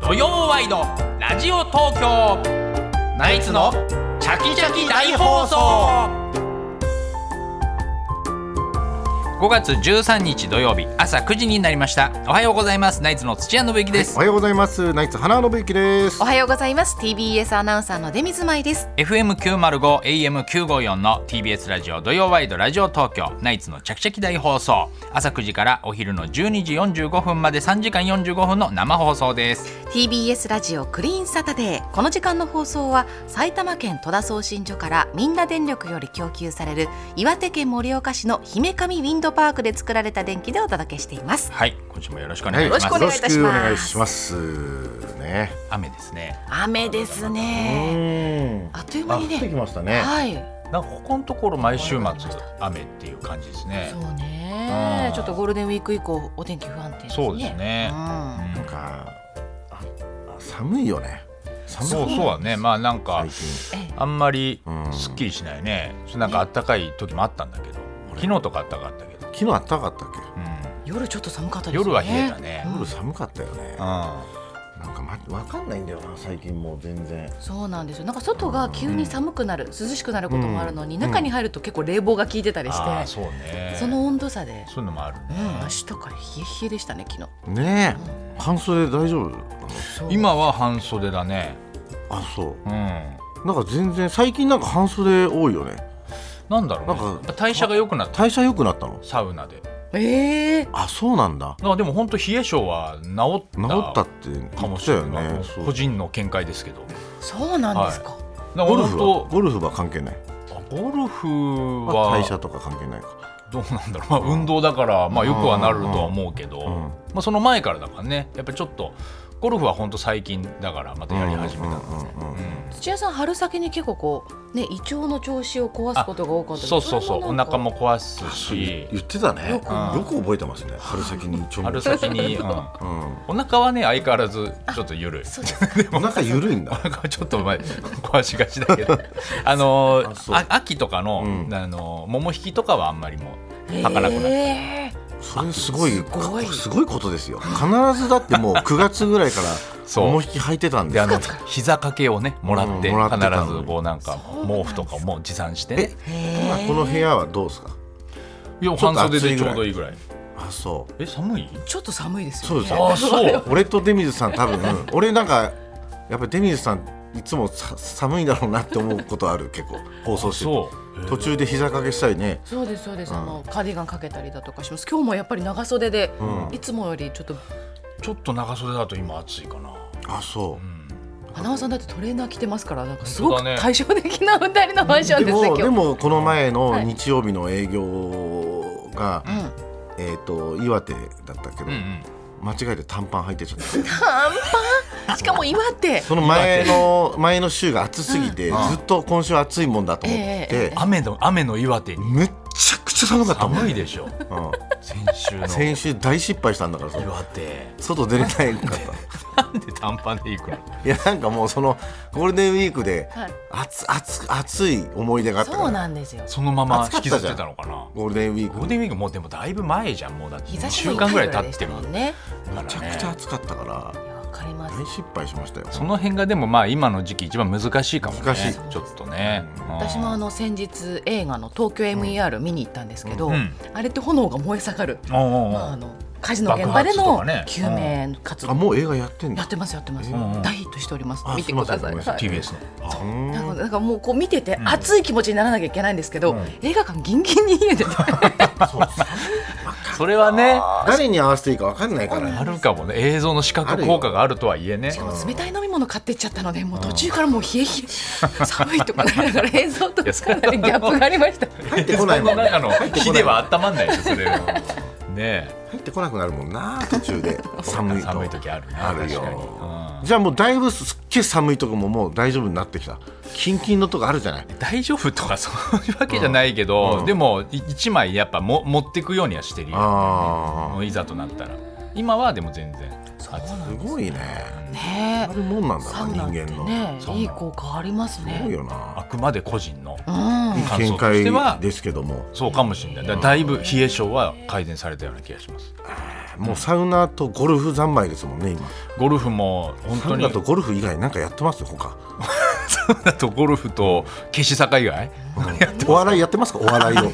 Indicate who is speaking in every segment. Speaker 1: 土曜ワイドラジオ東京ナイツのチャキチャキ大放送5月13日土曜日朝9時になりましたおはようございますナイツの土屋信之です、
Speaker 2: おはようございます。ナイツ花信之です。
Speaker 3: お。はようございます。TBS アナウンサーの出水舞です。
Speaker 1: FM905 AM954 の TBS ラジオ土曜ワイドラジオ東京ナイツのチャキチャキ大放送朝9時からお昼の12時45分まで3時間45分の生放送です
Speaker 3: TBS ラジオクリーンサタデー。この時間の放送は埼玉県戸田送信所からみんな電力より供給される岩手県盛岡市の姫上ウィンドパークで作られた電気でお届けしています。
Speaker 1: はい今週もよろしくお願いし
Speaker 3: は
Speaker 1: ま
Speaker 3: い
Speaker 1: す、
Speaker 3: よろしくお願いします
Speaker 2: よろしくお願いしますね。
Speaker 1: 雨ですね
Speaker 3: 雨ですね。
Speaker 2: うん。
Speaker 3: あっという間
Speaker 2: あ、降
Speaker 3: に
Speaker 2: ってき
Speaker 3: ね。
Speaker 2: ましたね。
Speaker 3: はい。
Speaker 1: なんかここのところ毎週末雨っていう感じですね
Speaker 3: そうね
Speaker 1: うん。
Speaker 3: ちょっとゴールデンウィーク以降お天気不安定ですね。
Speaker 1: そうですね
Speaker 3: うん
Speaker 2: なんかああ寒いよね。寒い
Speaker 1: そうそうはねまあなんか
Speaker 2: 最近。
Speaker 3: ええ
Speaker 1: あんまり
Speaker 2: うん
Speaker 1: すっきりしないねなんかあったかい時もあったんだけど昨日とかあったかかったけど、
Speaker 2: 昨日暖かかったっけ？
Speaker 1: うん
Speaker 3: 夜ちょっと寒かったですね。
Speaker 1: 夜は冷えた。ね
Speaker 2: 夜寒かったよね
Speaker 1: う。ん
Speaker 2: なんかまわかんないんだよな最近もう全然。
Speaker 3: そうなんですよ。なんか外が急に寒くなる、涼しくなることもあるのに、
Speaker 2: うん
Speaker 3: 中に入ると結構冷房が効いてたりして、
Speaker 1: あーそうね
Speaker 3: その温度差で、
Speaker 1: そういうのもある
Speaker 3: う
Speaker 1: ね、
Speaker 3: ん、足とか冷え冷えでしたね昨日。
Speaker 2: ねえ。半袖大丈夫なの？
Speaker 3: そう
Speaker 1: 今は半袖だね
Speaker 2: あ、そうう。
Speaker 1: ん
Speaker 2: なんか全然最近なんか半袖多いよね。
Speaker 1: なんだろう、ね、
Speaker 2: なんか
Speaker 1: 代謝が良くなった
Speaker 2: 代謝良くなったの？
Speaker 1: サウナで
Speaker 3: ええー、
Speaker 2: あ、そうなんだ。
Speaker 1: まあでも本当冷え性は治った
Speaker 2: 治ったって言
Speaker 1: かも
Speaker 2: っ
Speaker 1: したれ
Speaker 2: よ
Speaker 1: ない、
Speaker 2: ね。そう
Speaker 1: 個人の見解ですけど
Speaker 3: そうなんですか。
Speaker 1: なんか
Speaker 2: ゴルフは
Speaker 1: 本
Speaker 2: ゴルフは関係ない。
Speaker 1: 当あゴルフ
Speaker 2: まあ代
Speaker 1: は
Speaker 2: 謝とか関係ないか。
Speaker 1: どうなんだろう、まあ、運動だから、まあ、よくはなるとは思うけど、
Speaker 2: んうん
Speaker 1: まあ、その前からだからねやっぱりちょっとゴルフは本当最近だからまたやり始めたんですね、
Speaker 2: うんうんうんうん
Speaker 3: 土屋さん春先に結構こうね胃腸の調子を壊すことが多か
Speaker 1: うん
Speaker 3: った。
Speaker 1: そうそうそうお
Speaker 3: れなんか
Speaker 1: 腹も壊すし
Speaker 2: 言ってたね。よ
Speaker 3: よ
Speaker 2: く
Speaker 3: く
Speaker 2: 覚えてますね。春先にちょ
Speaker 1: 春先に、うん、お
Speaker 2: うん。
Speaker 1: 腹はね相変わらずちょっと緩い
Speaker 3: そうですか。
Speaker 2: お腹ゆるいん
Speaker 1: お
Speaker 2: だ。
Speaker 1: 腹はちょっと前壊しがちだけどあの
Speaker 2: あそう
Speaker 1: あ秋とかの,、
Speaker 2: うん
Speaker 1: あの桃引きとかはあんまりもう履かなくなった、
Speaker 3: えー
Speaker 2: それすごい
Speaker 3: すごい
Speaker 2: かすごいことですよ。必ずだ ってもう9月ぐらいから
Speaker 1: そう
Speaker 2: 桃引き履いてたんで
Speaker 1: であ
Speaker 2: す
Speaker 1: の。膝掛けをねもらって,、
Speaker 2: うんもらってたのに
Speaker 1: 必ずこうなんか
Speaker 3: そうな
Speaker 1: 毛
Speaker 3: んです
Speaker 1: 布とかも持参してね
Speaker 2: 今この部屋はどうですか。
Speaker 1: いや
Speaker 2: ょっ
Speaker 1: 半
Speaker 2: と暑
Speaker 1: 袖
Speaker 2: いぐ
Speaker 1: でち
Speaker 2: らい
Speaker 1: ょうどいいぐらい
Speaker 2: あ、そう。
Speaker 1: え寒い
Speaker 3: ちょっと寒いです
Speaker 2: そ
Speaker 3: よ
Speaker 2: う
Speaker 3: ね。
Speaker 2: ですよ。
Speaker 1: そう
Speaker 2: 俺とデミズさん多分、俺なんかやっぱりデミズさんいつもさ寒いだろうなって思うことある結構放送してて
Speaker 1: そう
Speaker 2: 途中で膝掛けしたりね。
Speaker 3: そうですそうです、
Speaker 2: うん
Speaker 3: あのカーディガンかけたりだとかします今日もやっぱり長袖で、
Speaker 2: うん
Speaker 3: いつもよりちょっと
Speaker 1: ちょっと長袖だと今暑いかな、
Speaker 2: あ、そう
Speaker 1: う。ん、
Speaker 3: 花尾さんだってトレーナー着てますからなんかすご
Speaker 1: 本
Speaker 3: く
Speaker 1: 当だね
Speaker 3: 対照的な二人のファッショ ン
Speaker 2: で
Speaker 3: です
Speaker 2: も
Speaker 3: ね今日
Speaker 2: でもこの前の
Speaker 3: はい
Speaker 2: 日曜日の営業が、
Speaker 3: うん、
Speaker 2: えっ、と岩手だったけど、
Speaker 1: うんうん
Speaker 2: 間違えて短パン履いてちゃ った
Speaker 3: 短パンしかも岩手
Speaker 2: その前の前の週が暑すぎて、
Speaker 1: うん
Speaker 2: ずっと今週暑いもんだと思っ
Speaker 3: え
Speaker 2: て、
Speaker 1: 雨の雨の岩手に
Speaker 2: めっちゃくちゃ寒かったもん、
Speaker 1: 寒いでしょ
Speaker 2: うん
Speaker 1: 先週の
Speaker 2: 先週大失敗したんだからそれ
Speaker 1: 岩手
Speaker 2: 外出れ ないかっ
Speaker 1: なんで短パンで行くの
Speaker 2: たいやなんかもうそのゴールデンウィークで
Speaker 3: はい
Speaker 2: 暑暑暑い思い出があった
Speaker 3: そう
Speaker 2: から
Speaker 3: なんですよ
Speaker 1: そのまま
Speaker 2: 暑か
Speaker 1: 引
Speaker 2: っ
Speaker 1: き
Speaker 2: た
Speaker 1: ず
Speaker 2: じゃん
Speaker 1: ってたのかな
Speaker 2: ゴールデンウィーク
Speaker 1: ゴールデンウィークもうでもだいぶ前じゃんもうだって
Speaker 3: 日
Speaker 1: 1
Speaker 3: 差しも
Speaker 1: 週
Speaker 3: 痛
Speaker 1: 間
Speaker 3: い
Speaker 1: ぐら
Speaker 3: ぐらい
Speaker 1: い経
Speaker 3: で
Speaker 1: っ
Speaker 3: してた
Speaker 1: る
Speaker 3: もんね
Speaker 1: から
Speaker 2: めちゃくちゃ
Speaker 1: ね
Speaker 2: 暑かったから
Speaker 3: いやわかりま
Speaker 2: 大
Speaker 3: す
Speaker 2: 失敗しましたよ
Speaker 1: その辺がでもまあ今の時期一番難しいかもね
Speaker 2: 難しい
Speaker 1: ちょっとねうん
Speaker 3: 私もあの先日映画の東京 MER 見に行ったんですけど、
Speaker 1: うん
Speaker 3: あれって炎が燃え盛る、
Speaker 1: おうおうおう
Speaker 3: まあ、あの火事の現場で
Speaker 1: 爆発とか
Speaker 3: の
Speaker 1: ね
Speaker 3: 救命活動、
Speaker 2: あもう映画やってん
Speaker 3: や
Speaker 2: だ
Speaker 3: ってますやってます、
Speaker 1: うんうん
Speaker 3: 大ヒットしております
Speaker 2: あ
Speaker 3: 見てくださ
Speaker 2: すいません
Speaker 3: い
Speaker 2: ごめんなさい
Speaker 3: は
Speaker 1: TBS の
Speaker 3: い
Speaker 2: うーん
Speaker 3: なんかなんかもうこう見てて
Speaker 1: ん
Speaker 3: 熱い気持ちにならなきゃいけないんですけど、
Speaker 1: うん
Speaker 3: 映画館ギンギンに家で、ね、
Speaker 1: それはね
Speaker 2: 誰に合わせていいかわかんないからね
Speaker 1: あるかもね映像の視覚効果があるとはいえね
Speaker 3: しかも冷たい飲み物買ってっちゃったのでもう途中からもう冷え冷 え寒いとかなりながら映像とかなりギャップがありました
Speaker 2: 入ってこないもん
Speaker 1: の中の
Speaker 2: 入ってこ
Speaker 1: 火
Speaker 2: な
Speaker 1: で
Speaker 2: い
Speaker 1: は温まんないですよそれはね
Speaker 2: 入ってこなくなるもんな途中で寒いと
Speaker 1: 寒い時あるな
Speaker 2: ある
Speaker 1: 確
Speaker 2: よ
Speaker 1: かにうん
Speaker 2: じゃあもうだいぶすっげえ寒いとこももう大丈夫になってきたキンキンのとこあるじゃない
Speaker 1: 大丈夫とかそういうわけじゃないけど、
Speaker 2: うん
Speaker 1: でもい一枚やっぱも持ってくようにはしてるよ
Speaker 2: あ
Speaker 1: もういざとなったら今はでも全然暑い
Speaker 2: あすごいね
Speaker 3: ね
Speaker 2: あるもんなんだな
Speaker 3: サウ
Speaker 2: 人
Speaker 3: ナって
Speaker 2: 間の
Speaker 3: ね
Speaker 1: サウナ
Speaker 3: いい効果あります
Speaker 2: すごい
Speaker 3: ね
Speaker 2: よ
Speaker 1: あ
Speaker 2: な
Speaker 1: くまで個人の
Speaker 3: うん
Speaker 1: 感想
Speaker 2: 見
Speaker 1: として
Speaker 2: 解
Speaker 1: は
Speaker 2: ですけども
Speaker 1: そうかもしれないだだいぶ冷え性は改善されたような気がします
Speaker 2: もうサウナとゴルフ三昧ですもんね今
Speaker 1: ゴルフも本
Speaker 2: サ
Speaker 1: 当
Speaker 2: ウ
Speaker 1: に
Speaker 2: ナとゴルフ以外なんかやってます他
Speaker 1: サウナと ゴルフと消し坂以外
Speaker 2: お笑いやってますかお笑いを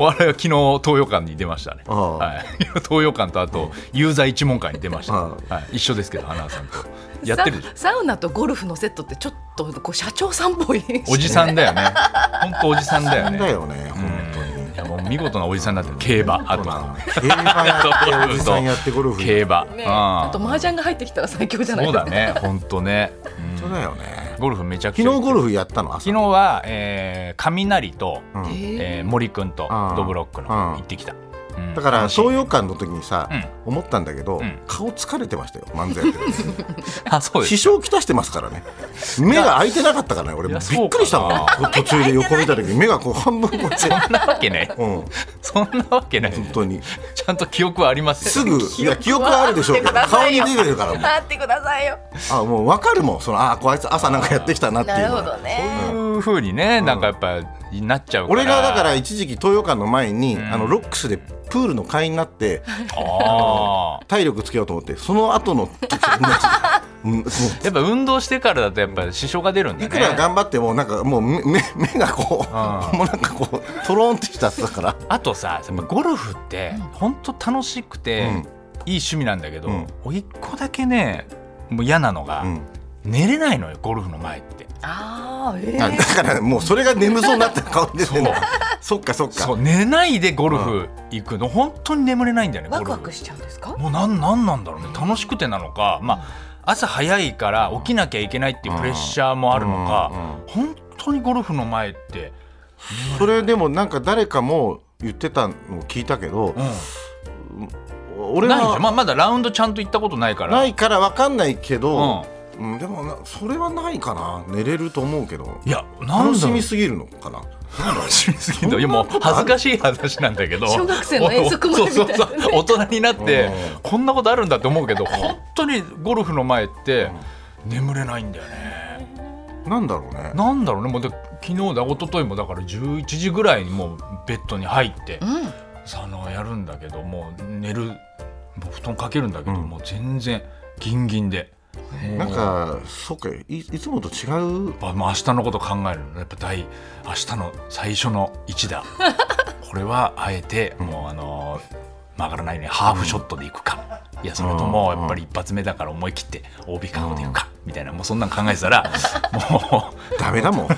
Speaker 1: お笑いは昨日東洋館に出ましたね、
Speaker 2: ああ
Speaker 1: はい、 東洋館とあと有罪一問会に出ました、
Speaker 2: あ
Speaker 1: はい、一緒ですけど花輪 さんとやってるでしょ
Speaker 4: ササウナとゴルフのセットってちょっとこう社長さんっぽい
Speaker 1: おじさんだよ ね本当おじさんだよね
Speaker 2: だよね本当
Speaker 1: うん
Speaker 2: に
Speaker 1: いやもう見事なおじさんだったよ競馬あとは
Speaker 2: 競馬やっておじさんやってゴルフ
Speaker 1: 競馬、
Speaker 4: ね、
Speaker 1: うん
Speaker 4: あと麻雀が入ってきたら最強じゃない
Speaker 1: そうだね本当ね、うん
Speaker 2: そうだよね
Speaker 1: ゴルフめちゃくちゃ
Speaker 2: 昨日ゴルフやったの朝
Speaker 1: 昨日は、えー、雷と、
Speaker 2: うん
Speaker 4: えー
Speaker 1: えー、森くんと
Speaker 2: あー
Speaker 1: ドブロックの
Speaker 2: あー
Speaker 1: 行ってきた、うん
Speaker 2: だから
Speaker 1: 楽しい
Speaker 2: 東洋館の時にさ、
Speaker 1: う
Speaker 2: 思ったんだけど、
Speaker 1: ん
Speaker 2: 顔疲れてましたよ漫才やってる時
Speaker 1: あそうです
Speaker 2: 支障きたしてますからね目が開いてなかったからね俺
Speaker 1: い
Speaker 2: び
Speaker 1: や
Speaker 2: っくりしたもん
Speaker 1: そうか
Speaker 2: 途中で横見た時目がこう半分こっ ち、
Speaker 1: そんなわけない
Speaker 2: うん、
Speaker 1: そんなわけない
Speaker 2: 本当に
Speaker 1: ちゃんと記憶はありますよ
Speaker 2: すぐいや記憶はあるでしょうけど
Speaker 4: 待
Speaker 2: 顔
Speaker 4: って
Speaker 2: に
Speaker 4: くださいよ
Speaker 2: 出てるからもう
Speaker 4: 待ってくださいよ
Speaker 2: あもう分かるもんそのあこいつ朝なんかやってきたなってい
Speaker 4: な
Speaker 2: う
Speaker 4: る
Speaker 2: の
Speaker 4: ほ
Speaker 2: は
Speaker 4: どね
Speaker 1: そういうふうにね、なんかやっぱなっちゃうから
Speaker 2: 俺がだから一時期東洋館の前に、
Speaker 1: ん
Speaker 2: あのロックスでプールの会員になって
Speaker 1: あー
Speaker 2: 体力つけようと思ってその後の時 と同じうんもう
Speaker 1: やっぱ運動してからだとやっぱ支障が出るんだね
Speaker 2: いくら頑張ってもなんかもう目目目がこ
Speaker 1: あ
Speaker 2: うもうなんかこうとろんってしちゃったから
Speaker 1: あとさやっぱゴルフって本当楽しくて、
Speaker 2: うん
Speaker 1: いい趣味なんだけど、
Speaker 2: うん
Speaker 1: お一個だけねもう嫌なのが、
Speaker 2: うん
Speaker 1: 寝れないのよゴルフの前って
Speaker 4: あーえ
Speaker 2: あだ
Speaker 4: ー
Speaker 2: からもうそれが眠そうになった顔で
Speaker 1: そう
Speaker 2: ねそっかそっ
Speaker 1: そ
Speaker 2: か
Speaker 1: う寝ないでゴルフ行くの、本当に眠れないんだよねゴ
Speaker 4: ワ
Speaker 1: ル
Speaker 4: ク
Speaker 1: フ
Speaker 4: ワクしちゃうんですか
Speaker 1: もうなんなんなんだろうね楽しくてなのか、まあ、朝早いから起きなきゃいけないっていうプレッシャーもあるのか、本当にゴルフの前って、
Speaker 2: それでもなんか誰かも言ってたのを聞いたけど
Speaker 1: うん、
Speaker 2: 俺
Speaker 1: ないじゃん、
Speaker 2: は
Speaker 1: まあ、まだラウンドちゃんと行ったことないから
Speaker 2: ないから分かんないけど
Speaker 1: う
Speaker 2: うんでもなそれはないかな寝れると思うけど
Speaker 1: ん、いやなん
Speaker 2: 楽
Speaker 1: だ
Speaker 2: し
Speaker 1: ろう
Speaker 2: みすぎるのかな
Speaker 1: 楽しみすぎんだいやもう恥ずかしい話なんだけど
Speaker 4: 小学生の遠足前みたいなね
Speaker 1: おそうそうそう大人になって
Speaker 2: うん
Speaker 1: こんなことあるんだって思うけど本当にゴルフの前って眠れないんだよね
Speaker 2: なんだろうね
Speaker 1: なんだろうねもうで昨日だ一昨日もだから11時ぐらいにもうベッドに入って
Speaker 4: うん
Speaker 1: あのやるんだけどもう寝るもう布団かけるんだけど、
Speaker 2: うん
Speaker 1: もう全然ギンギンでもう
Speaker 2: なんかそっかいいつもと違
Speaker 1: や
Speaker 2: う
Speaker 1: っぱもう明日のこと考えるのやっぱ第明日の最初の一 打これはあえてもうあの曲がらないようにハーフショットでいくか、いやそれとも
Speaker 2: うん
Speaker 1: やっぱり一発目だから思い切って OB 覚悟でいくか、みたいなもうそんなん考えてたらもう
Speaker 2: ダメだもんもう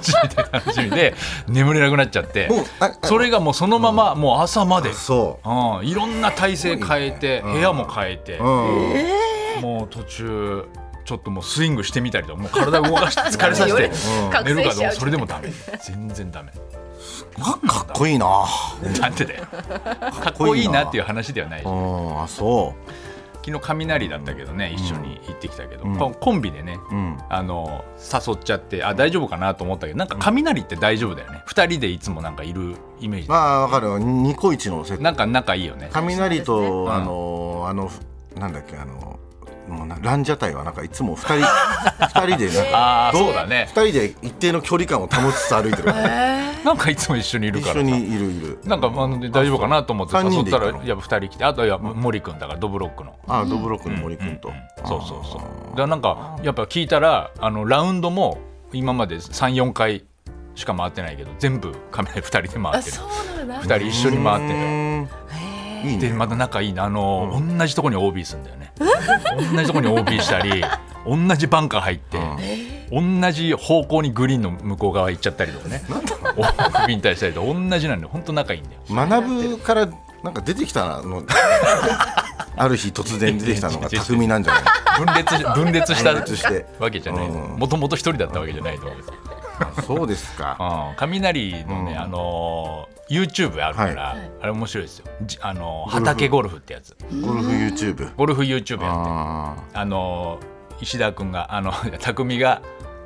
Speaker 1: 楽しみで眠れなくなっちゃって
Speaker 2: ああ
Speaker 1: それがもうそのままもう朝まで、
Speaker 2: そう
Speaker 1: うん、いろんな体勢変えて、
Speaker 2: すごいねうん
Speaker 1: 部屋も変えて、
Speaker 2: うん
Speaker 1: もう途中ちょっともうスイングしてみたりとかもう体動かして疲れさせ
Speaker 4: よ
Speaker 1: て
Speaker 4: り
Speaker 2: う
Speaker 1: 寝る
Speaker 2: ん
Speaker 4: 覚醒
Speaker 1: か
Speaker 4: しち
Speaker 1: で
Speaker 4: ゃ
Speaker 1: も
Speaker 4: う
Speaker 1: それでもダメ全然ダメ
Speaker 2: かかっこいいな。
Speaker 1: なんてだよかっこいいなっていう話ではない
Speaker 2: うん、あ、そ
Speaker 1: 昨日雷だったけどね一緒に行ってきたけど、
Speaker 2: うん
Speaker 1: こうコンビでね
Speaker 2: う。うん。
Speaker 1: あの誘っちゃってあ大丈夫かなと思ったけどなんか雷って大丈夫だよね2人でいつもなんかいるイメージ
Speaker 2: まあ、わかるよ。ニコイチのセット。
Speaker 1: なんか仲いいよね
Speaker 2: 雷
Speaker 4: そうです
Speaker 2: と、
Speaker 1: ね
Speaker 2: あの、あの、なんだっけ、あの。もうなランジャタイはなんかいつも二人 二人でね
Speaker 1: ああそうだね
Speaker 2: 二人で一定の距離感を保ちつつ歩いてる
Speaker 1: なんかいつも一緒にいる
Speaker 2: 一
Speaker 1: から
Speaker 2: 緒にいるいる
Speaker 1: なんかあの大丈夫かなと思って
Speaker 2: 三
Speaker 1: 誘
Speaker 2: 人
Speaker 1: っ
Speaker 2: で
Speaker 1: た
Speaker 2: 行った
Speaker 1: ら
Speaker 2: の
Speaker 1: やっぱ2人来てあとは森君だからドブロックの
Speaker 2: あドブロックの森君と、
Speaker 1: うんそうそうそうだ
Speaker 2: あ
Speaker 1: からなんかやっぱ聞いたらあのラウンドも今まで34回しか回ってないけど全部カメラ2人で回
Speaker 4: あ
Speaker 1: ってる
Speaker 4: そうなんだ
Speaker 1: 2人一緒に回って
Speaker 2: う
Speaker 1: る
Speaker 2: ーん
Speaker 4: へ
Speaker 2: いい
Speaker 1: で
Speaker 2: ね
Speaker 1: また仲いいのあの、同じとこに OB するんだよね同じとこに OB したり同じバンカー入って、同じ方向にグリーンの向こう側行っちゃったりとかね OB に対したりとか同じなんで本当仲いいんだよ
Speaker 2: 学ぶからなんか出てきたのある日突然出てきたのが巧みなんじ ゃない
Speaker 1: 分裂し分裂した
Speaker 2: 分裂して
Speaker 1: わけじゃない
Speaker 2: うん
Speaker 1: もともと一人だったわけじゃないと思うんですよ
Speaker 2: あそうですか
Speaker 1: うん、雷のね、
Speaker 2: うん
Speaker 1: あのー YouTube あるから、
Speaker 4: はい
Speaker 1: あれ面白いですよ、じあのー
Speaker 2: ゴルフ
Speaker 1: 畑ゴルフってやつ
Speaker 2: ゴルフ YouTube
Speaker 1: ゴルフ YouTube やってる
Speaker 2: あー
Speaker 1: あのー石田君があの 匠が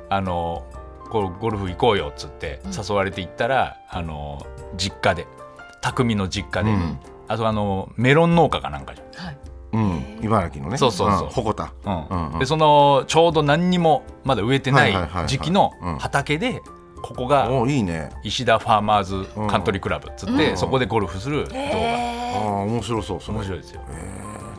Speaker 1: あのーこうゴルフ行こうよっつって誘われて行ったら、あのー実家で匠の実家で、
Speaker 2: うん
Speaker 1: あとあのーメロン農家かなんかじゃん
Speaker 4: はい
Speaker 2: うん、茨城のね。
Speaker 1: そうそうそうん
Speaker 2: 鉾田。
Speaker 1: うん
Speaker 2: うんうん
Speaker 1: でそのちょうど何にもまだ植えてな
Speaker 2: はいはいはいはい
Speaker 1: い時期の
Speaker 2: うん
Speaker 1: 畑でここが
Speaker 2: おいいね。
Speaker 1: 石田ファーマーズカントリークラブっつって、
Speaker 2: うん
Speaker 1: そこでゴルフする動画、
Speaker 2: ああ、面白そう、それ
Speaker 1: 面白いですよ、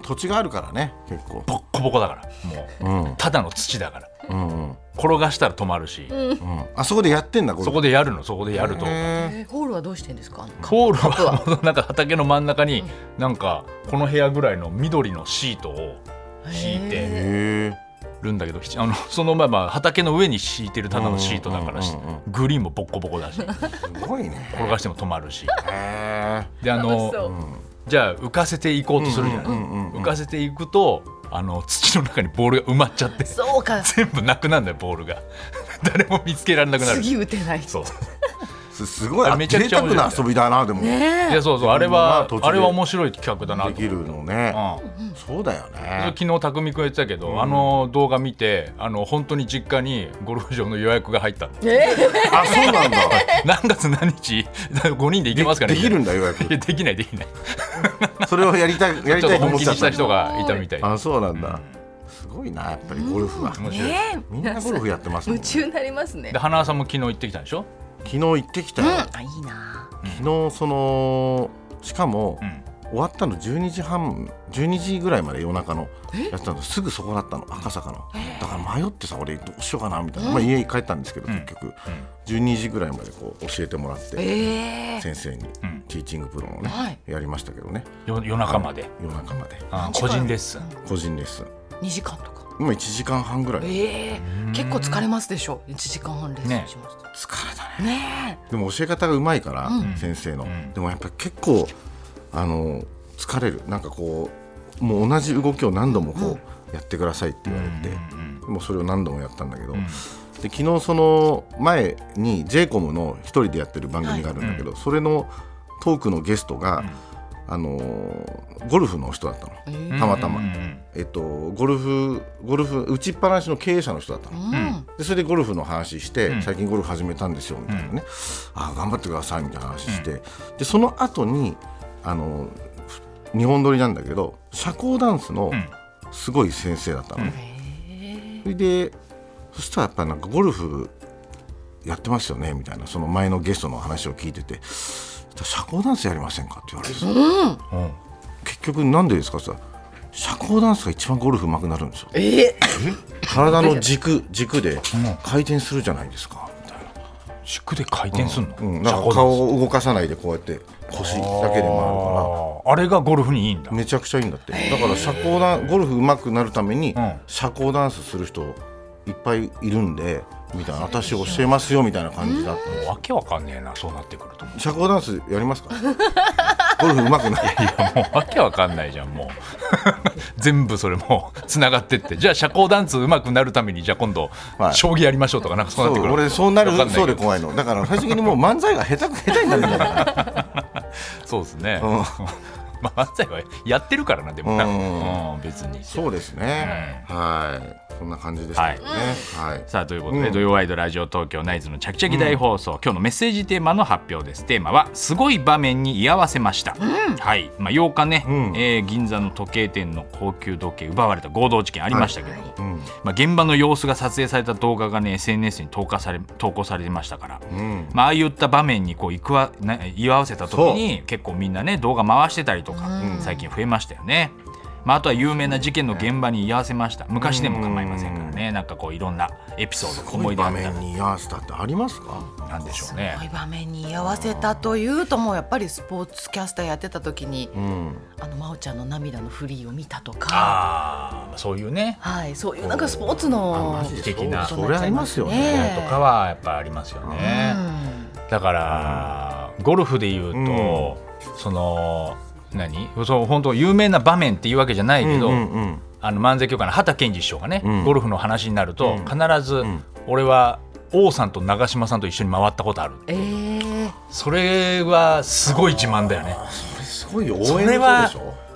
Speaker 2: 土地があるからね結構
Speaker 1: ボッコボコだからもう
Speaker 2: うんうん
Speaker 1: ただの土だから
Speaker 2: うん
Speaker 1: 転がしたら止まるし、
Speaker 2: うんあそこでやってんだこれ
Speaker 1: そこでやるのそこでやると
Speaker 2: へ
Speaker 4: えーホールはどうしてんですか
Speaker 1: ホールはなんか畑の真ん中になんかこの部屋ぐらいの緑のシートを敷い
Speaker 2: ー
Speaker 1: て
Speaker 2: へー
Speaker 1: るんだけどひあのそのまま畑の上に敷いてるただのシートだからし
Speaker 2: うんうんうん
Speaker 1: グリーンもボッコボコだし
Speaker 2: すごいね
Speaker 1: 転がしても止まるし
Speaker 2: へ
Speaker 1: であ
Speaker 5: 楽し
Speaker 1: の
Speaker 5: そう
Speaker 1: じゃあ浮かせていこうとするじゃない、
Speaker 2: うんうんうんうん
Speaker 1: 浮かせていくとあの土の中にボールが埋まっちゃって
Speaker 4: そうか
Speaker 1: 全部なくなるんだよボールが 誰も見つけられなくなる
Speaker 4: 次打てない
Speaker 1: そう
Speaker 2: ーすすご
Speaker 1: あ
Speaker 2: い
Speaker 1: れめちゃ
Speaker 2: 贅
Speaker 1: くちゃ
Speaker 2: 沢
Speaker 1: 面白い
Speaker 2: な遊びだなでもで
Speaker 1: いや
Speaker 4: ね
Speaker 1: そうそうあれ
Speaker 2: まあ
Speaker 1: は
Speaker 2: 途中で
Speaker 1: あれは面白い企画だなと思って
Speaker 2: きるのね
Speaker 1: うん
Speaker 2: そうだよね
Speaker 1: 昨日匠くんやってたけど、
Speaker 2: うん
Speaker 1: あの動画見てあの本当に実家にゴルフ場の予約が入った
Speaker 2: あそうなんだ
Speaker 1: 何月何日5人で 行けますかね
Speaker 2: できるんだよ
Speaker 1: いやできないできない
Speaker 2: それをやりたいやり
Speaker 1: ちょったと
Speaker 2: いと思
Speaker 1: 本
Speaker 2: っ
Speaker 1: 気
Speaker 2: ちゃ
Speaker 1: に
Speaker 2: っ
Speaker 1: した
Speaker 2: た
Speaker 1: 人がいたみたい
Speaker 2: あそうなんだすごいなやっぱりゴルフは
Speaker 1: 面白い、
Speaker 4: ねえ
Speaker 2: みんなゴルフやってますもん
Speaker 5: 夢
Speaker 2: ね
Speaker 5: 中になりますね
Speaker 1: で花輪さんも昨日行ってきたんでしょ、
Speaker 2: 昨日行ってきた
Speaker 4: うん
Speaker 2: よ
Speaker 4: あいいな
Speaker 2: 昨日そのしかも
Speaker 1: うん、
Speaker 2: 終わったの12時半12時ぐらいまで夜中のやってたのすぐそこだったの赤坂のだから迷ってさ俺どうしようかなみたいな、まあ、家に帰ったんですけど
Speaker 1: うん
Speaker 2: 結局12時ぐらいまでこう教えてもらって
Speaker 4: ええ
Speaker 2: 先生に
Speaker 1: うん
Speaker 2: ティーチングプロのね
Speaker 4: はい
Speaker 2: やりましたけどね
Speaker 1: よ夜中まで、
Speaker 2: 夜中まで
Speaker 1: あ個人レッスン
Speaker 2: 個人レッスン
Speaker 4: 二時間とか
Speaker 2: 今1時間半ぐらい
Speaker 4: ええ結構疲れますでしょ一時間半レッスンしまし
Speaker 2: 疲れたね
Speaker 4: たね
Speaker 2: でも教え方がうまいから、
Speaker 1: ん
Speaker 2: 先生の、
Speaker 1: ん
Speaker 2: でもやっぱ結構あの疲れるなんかこうもう同じ動きを何度もこう、やってくださいって言われて、でもそれを何度もやったんだけど、で昨日その前に j コムの一人でやってる番組があるんだけど、それのトークのゲストが、あのーゴルフの人だったの、たまたま、えっと、ゴルフゴルフ打ちっぱなしの経営者の人だったの。
Speaker 4: えうん
Speaker 2: でそれでゴルフの話して、
Speaker 1: うん
Speaker 2: 最近ゴルフ始めたんですよみたいなね、ああ頑張ってくださいみたいな話して、でその後にあの日本撮りなんだけど社交ダンスの
Speaker 1: ん
Speaker 2: すごい先生だったのね、それでそしたらやっぱなんかゴルフやってますよねみたいなその前のゲストの話を聞いてて「社交ダンスやりませんか?」って言われて、
Speaker 1: うん
Speaker 2: 結局なんでですか?」って言ったら社交ダンスが一番ゴルフ上手くなるんですよ」
Speaker 4: ええ
Speaker 2: 体 の軸軸で回転するじゃないですか」みたいな。
Speaker 1: 軸で回転すんの、
Speaker 2: うん、なんか顔を動かさないでこうやって腰だけで回る
Speaker 1: あ
Speaker 2: か
Speaker 1: ーあれがゴルフにいいんだ
Speaker 2: らめちゃくちゃいいんだってだから社交ダンゴルフ上手くなるために
Speaker 1: うん
Speaker 2: 社交ダンスする人いっぱいいるんでみたいな私教えますよみたいな感じだったの
Speaker 1: わけわかんねえなそうなってくると
Speaker 2: 社交ダンスや りますかゴルフ上手くなる
Speaker 1: いやもうわけわかんないじゃんもう 全部それもうつながってってじゃあ社交ダンスうまくなるためにじゃあ今度、
Speaker 2: はい
Speaker 1: 将棋やりましょうとかなんかそうな
Speaker 2: そ
Speaker 1: って
Speaker 2: う
Speaker 1: くる
Speaker 2: 俺そうなる
Speaker 1: わかんない
Speaker 2: そう
Speaker 1: け
Speaker 2: で
Speaker 1: ど
Speaker 2: 怖いのだから最終的にもう漫才が下手く下手になるんだから
Speaker 1: そうですね、
Speaker 2: ん
Speaker 1: まあ漫才はやってるからなでもな、
Speaker 2: うん
Speaker 1: うん別に
Speaker 2: そうですねはいそんな感じですけどねはい
Speaker 1: さあということで、
Speaker 2: うん
Speaker 1: 土曜ワイドラジオ東京ナイツのチャキチャキ大放送、今日のメッセージテーマの発表ですテーマは「すごい場面に居合わせました」はい、まあ、8日ね、
Speaker 2: うん
Speaker 1: えー銀座の時計店の高級時計奪われた強盗事件ありましたけども、
Speaker 2: うん
Speaker 1: まあ、現場の様子が撮影された動画がね SNS に投下され投稿されてましたから、
Speaker 2: うん
Speaker 1: まあああいった場面にこういくわな居合わせた時に結構みんなね動画回してたりとか、最近増えましたよね。まあ、あとは有名な事件の現場に居合わせました昔でも構いませんからねなんかこういろんなエピソード
Speaker 2: こう
Speaker 1: 思い
Speaker 2: い
Speaker 1: う出
Speaker 2: 場
Speaker 1: みたいな
Speaker 2: 面に合わせたってありますか
Speaker 1: なんでしょ
Speaker 4: す
Speaker 1: う
Speaker 4: ご
Speaker 1: ね
Speaker 4: い場面に居合わせたというともうやっぱりスポーツキャスターやってた時に
Speaker 2: うん
Speaker 4: あの真央ちゃんの涙のフリーを見たとか
Speaker 1: ああそういうね
Speaker 4: はいそういうなんかスポーツの
Speaker 2: あマジで
Speaker 1: 的な
Speaker 2: そうそれありますよね
Speaker 4: ね
Speaker 1: とかはやっぱありますよね、だからゴルフでいうと、その何そう本当有名な場面っていうわけじゃないけど、
Speaker 2: うんうん
Speaker 1: あの漫才協会の畑健二師匠がね、
Speaker 2: うん
Speaker 1: ゴルフの話になると、
Speaker 2: うん
Speaker 1: 必ず、
Speaker 2: ん
Speaker 1: 俺は王さんと長嶋さんと一緒に回ったことある
Speaker 4: ええ
Speaker 1: それはすごい自慢だよね
Speaker 2: それすごい応援
Speaker 1: それは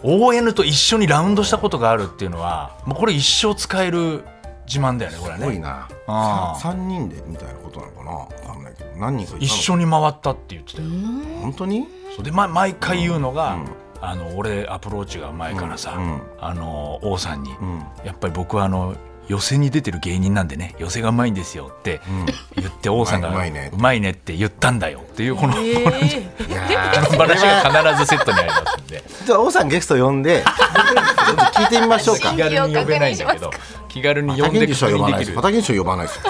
Speaker 1: ON と一緒にラウンドしたことがあるっていうのはもうこれ一生使える自慢だよねこれは
Speaker 2: すごい
Speaker 1: ね
Speaker 2: な
Speaker 1: あー
Speaker 2: さ三人でみたいなことなのかなわかんないけど何人かいたの
Speaker 1: 一緒に回ったって言ってたよ、
Speaker 2: 本当に
Speaker 1: そうで、ま、毎回言うのが、
Speaker 2: うん
Speaker 1: あの俺アプローチが前からさ、
Speaker 2: うん
Speaker 1: あの王さんに、
Speaker 2: うん
Speaker 1: やっぱり僕はあの寄席に出てる芸人なんでね寄席がうまいんですよって言って王さんが
Speaker 2: うまいね
Speaker 1: うまいねって言ったんだよっていうこのこの
Speaker 4: え
Speaker 2: いやー
Speaker 1: 話が必ずセットにありますん で
Speaker 2: じゃあ王さんゲスト呼ん でちょっと聞いてみましょうか
Speaker 1: 気軽に呼べないんだけど 気軽に呼ん
Speaker 2: 畑
Speaker 1: で
Speaker 2: 健師は
Speaker 1: 確認
Speaker 2: 呼ばない
Speaker 1: でき
Speaker 2: です
Speaker 1: る
Speaker 2: 畑健師は呼ばないです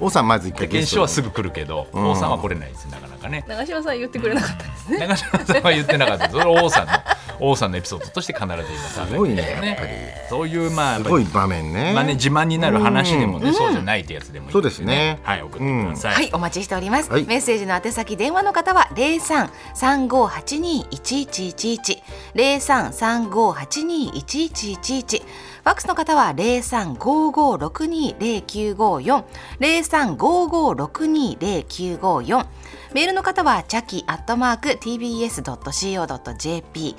Speaker 2: 王さんまず一回ゲ
Speaker 1: 現
Speaker 2: ス
Speaker 1: 象
Speaker 2: ト
Speaker 1: はすぐ来るけど王さんは来れないですなかなかね
Speaker 4: 長嶋さん言ってくれなかったですね
Speaker 1: 長嶋さんは言ってなかったそれを王さんの王さんのエピソードとして必ず今さ
Speaker 2: すごいねやっぱり
Speaker 1: そういうまあやっ
Speaker 2: す
Speaker 1: ぱり
Speaker 2: ごい場面ね
Speaker 1: まあね、自慢になる話でもね、そうじゃないってやつでもいいん
Speaker 2: そうですね
Speaker 1: はい、送ってください。
Speaker 4: はい、お待ちしております。
Speaker 2: はい
Speaker 4: メッセージの宛先電話の方は零三三五八二一一一一零三三五八二一一一一。ファックスの方は零三五五六二零九五四零三五五六二零九五四。メールの方はチャキアットマーク TBS ドット CO ドット JP、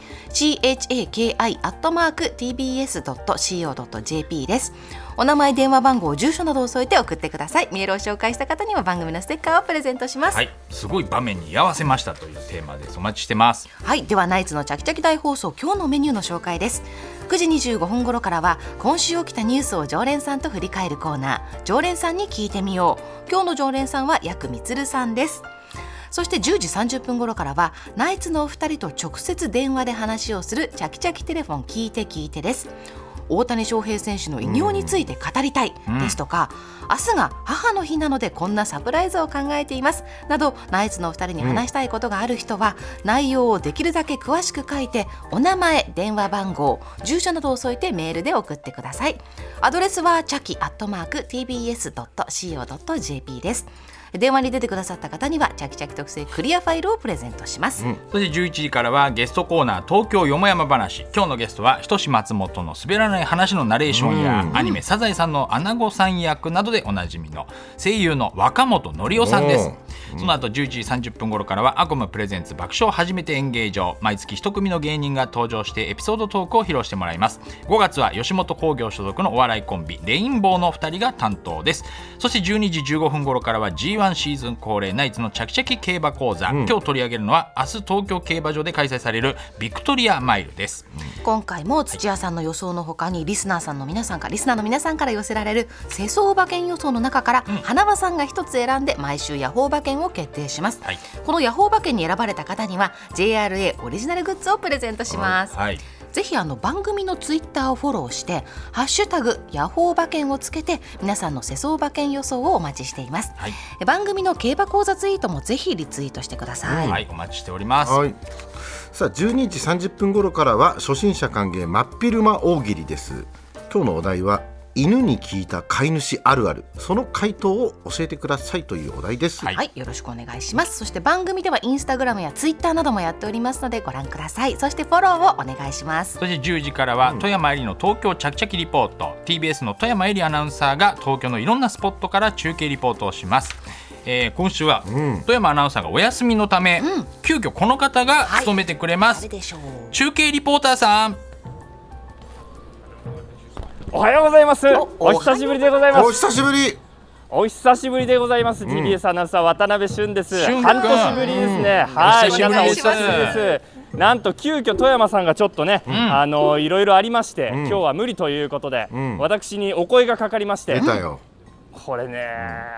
Speaker 4: CHAKI アットマーク TBS ドット CO ドット JP です。お名前、電話番号、住所などを添えて送ってください。メールを紹介した方には番組のステッカーをプレゼントします。
Speaker 1: は
Speaker 4: はい、
Speaker 1: い、すごい場面に居合わせましたというテーマです。お待ちしてます。
Speaker 4: ではナイツのチャキチャキ大放送、今日のメニューの紹介です。9時25分頃からは今週起きたニュースを常連さんと振り返るコーナー、常連さんに聞いてみよう。今日の常連さんはヤクミツルさんです。そして10時30分頃からはナイツのお二人と直接電話で話をするチャキチャキテレフォン聞いて聞いてです大谷翔平選手の偉業について語りたいですとか、明日が母の日なのでこんなサプライズを考えていますなどナイツのお二人に話したいことがある人は、内容をできるだけ詳しく書いてお名前電話番号住所などを添えてメールで送ってくださいアドレスはチャキアットマーク TBS.CO.JP です電話に出てくださった方にはチャキチャキ特製クリアファイルをプレゼントします、
Speaker 1: そして11時からはゲストコーナー東京よもやま話今日のゲストはひとし松本の滑らない話のナレーションやアニメサザエさんのアナゴさん役などでおなじみの声優の若本のりおさんですその後11時30分頃からはアコムプレゼンツ爆笑はじめて演芸場毎月一組の芸人が登場してエピソードトークを披露してもらいます5月は吉本興業所属のお笑いコンビレインボーの2人が担当ですそして12時15分頃からは G1 シーズン恒例ナイツのチャキチャキ競馬講座、今日取り上げるのは明日東京競馬場で開催されるビクトリアマイルです、
Speaker 4: 今回も土屋さんの予想のほかにリスナーさんの皆さんからリスナーの皆さんから寄せられる世相馬券予想の中から、花輪さんが一つ選んで毎週ヤホー馬券を決定します、
Speaker 1: はい
Speaker 4: このヤホー馬券に選ばれた方には JRA オリジナルグッズをプレゼントします、
Speaker 1: はい、
Speaker 4: ぜひあの番組のツイッターをフォローして「ハッシュタグヤホー馬券」をつけて皆さんの世相馬券予想をお待ちしています、
Speaker 1: はい
Speaker 4: 番組の競馬講座ツイートもぜひリツイートしてください、
Speaker 1: はい、お待ちしております、
Speaker 2: はいさあ12時30分頃からは初心者歓迎真っ昼間大喜利です今日のお題は犬に聞いた飼い主あるあるその回答を教えてくださいというお題です、
Speaker 1: はい
Speaker 4: はい、よろしくお願いします。そして番組ではインスタグラムやツイッターなどもやっておりますのでご覧ください。そしてフォローをお願いします。
Speaker 1: そして10時からは富山えりの東京ちゃきちゃきリポート TBS の富山えりアナウンサーが東京のいろんなスポットから中継リポートをします、えー今週は富山アナウンサーがお休みのため、急遽この方が務めてくれます、
Speaker 4: 誰でしょう。
Speaker 1: 中継リポーターさん
Speaker 5: おはようございます
Speaker 4: お
Speaker 5: お久しぶりでございま
Speaker 2: お
Speaker 5: す
Speaker 2: 久しぶり
Speaker 5: お久しぶりでございます TBS アナウンサー渡辺俊です
Speaker 1: 俊君
Speaker 5: 半年ぶりですねはい
Speaker 1: お久し
Speaker 5: 皆
Speaker 1: ぶ
Speaker 5: さんお
Speaker 1: りで
Speaker 5: 久
Speaker 1: す
Speaker 5: しぶりですなんと急遽富山さんがちょっとねあのいろいろありまして今日は無理ということで
Speaker 2: ん
Speaker 5: 私にお声がかかりまして
Speaker 2: 出たよ、
Speaker 5: これね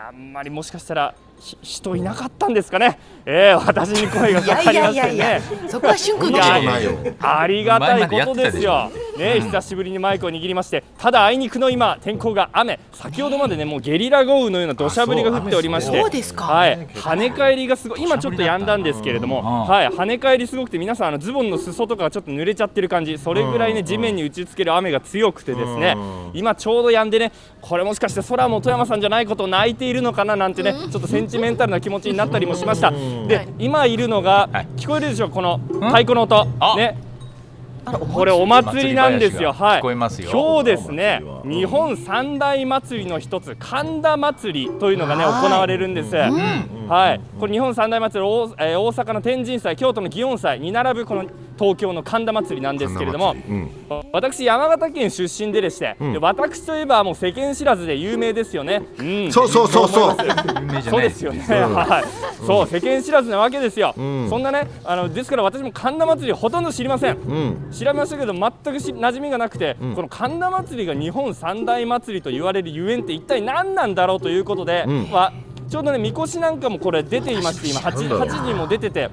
Speaker 5: あんまりもしかしたらひ人いなかったんですかねえー私に声が
Speaker 4: い
Speaker 5: か
Speaker 4: や
Speaker 5: か
Speaker 4: い
Speaker 5: りま
Speaker 4: やい
Speaker 5: し
Speaker 4: や
Speaker 5: て
Speaker 4: いや
Speaker 5: ね、
Speaker 4: そこはしゅんくんでし
Speaker 5: いや
Speaker 2: 出
Speaker 5: い
Speaker 2: た
Speaker 5: や
Speaker 2: よ
Speaker 5: ありがたいことですよ。ね、久しぶりにマイクを握りまして、ただあいにくの今、天候が雨、先ほどまでね、もうゲリラ豪雨のような土砂降りが降っておりまし
Speaker 4: ょ。
Speaker 5: て
Speaker 4: そう。ですか。
Speaker 5: はい、跳ね返りがすごい、今ちょっと止んだんですけれども、はい、跳ね返りすごくて、皆さん、あのズボンの裾とかがちょっと濡れちゃってる感じ、それぐらいね、地面に打ちつける雨が強くてですね、今ちょうど止んでね、これもしかして空も富山さんじゃないことを泣いているのかななんてね、ちょっとセンチメンタルな気持ちになったりもしました。で、今いるのが
Speaker 1: はい、
Speaker 5: 聞こえるでしょう、この太鼓の音
Speaker 1: あ、
Speaker 5: ね、
Speaker 4: あらお
Speaker 5: これお祭りなんですよ。
Speaker 1: お祭り囃子が
Speaker 5: はい。
Speaker 1: 聞こえますよ
Speaker 5: 今日ですね
Speaker 2: お祭、りは
Speaker 5: 日本三大祭りの一つ神田祭りというのがね
Speaker 4: はい
Speaker 5: 行われるんです。はい。これ日本三大祭り大,、えー大阪の天神祭、京都の祇園祭に並ぶこの東京の神田祭りなんですけれども、
Speaker 2: 神田祭りうん
Speaker 5: 私山形県出身ででして、
Speaker 2: ん
Speaker 5: で私といえばもう世間知らずで有名ですよね、うん、
Speaker 2: そうそうそうそう
Speaker 1: 有名じゃ
Speaker 5: そう
Speaker 1: ない
Speaker 5: ですよね、はい、そう世間知らずなわけですよ、
Speaker 2: ん
Speaker 5: そんなねあのですから私も神田祭りほとんど知りません、
Speaker 2: うん
Speaker 5: 調べましたけど全くし馴染みがなくて、この神田祭りが日本三大祭りと言われるゆえんって一体何なんだろうということで、
Speaker 2: ん
Speaker 5: はちょうどねみこしなんかもこれ出ていまして今 8,
Speaker 2: なんだ
Speaker 5: 8時も出てて。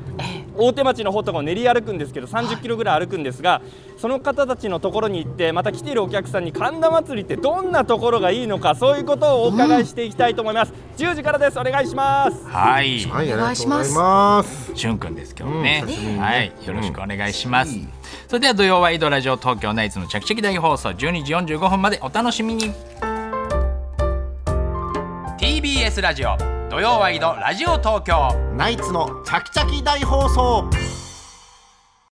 Speaker 5: 大手町の方とかを練り歩くんですけど30キロぐらい歩くんですがその方たちのところに行ってまた来ているお客さんに神田祭りってどんなところがいいのかそういうことをお伺いしていきたいと思います、10時からですお願いします
Speaker 1: はい
Speaker 2: はい、ありがとうござい
Speaker 4: お願いし
Speaker 2: ます。
Speaker 1: しゅんくんですけどね,、
Speaker 2: うん久しぶりにね
Speaker 1: はいよろしくお願いします、それでは土曜ワイドラジオ東京ナイツの着席大放送12時45分までお楽しみに TBS ラジオ土曜ワイドラジオ東京
Speaker 6: ナイツのチャキチャキ大放送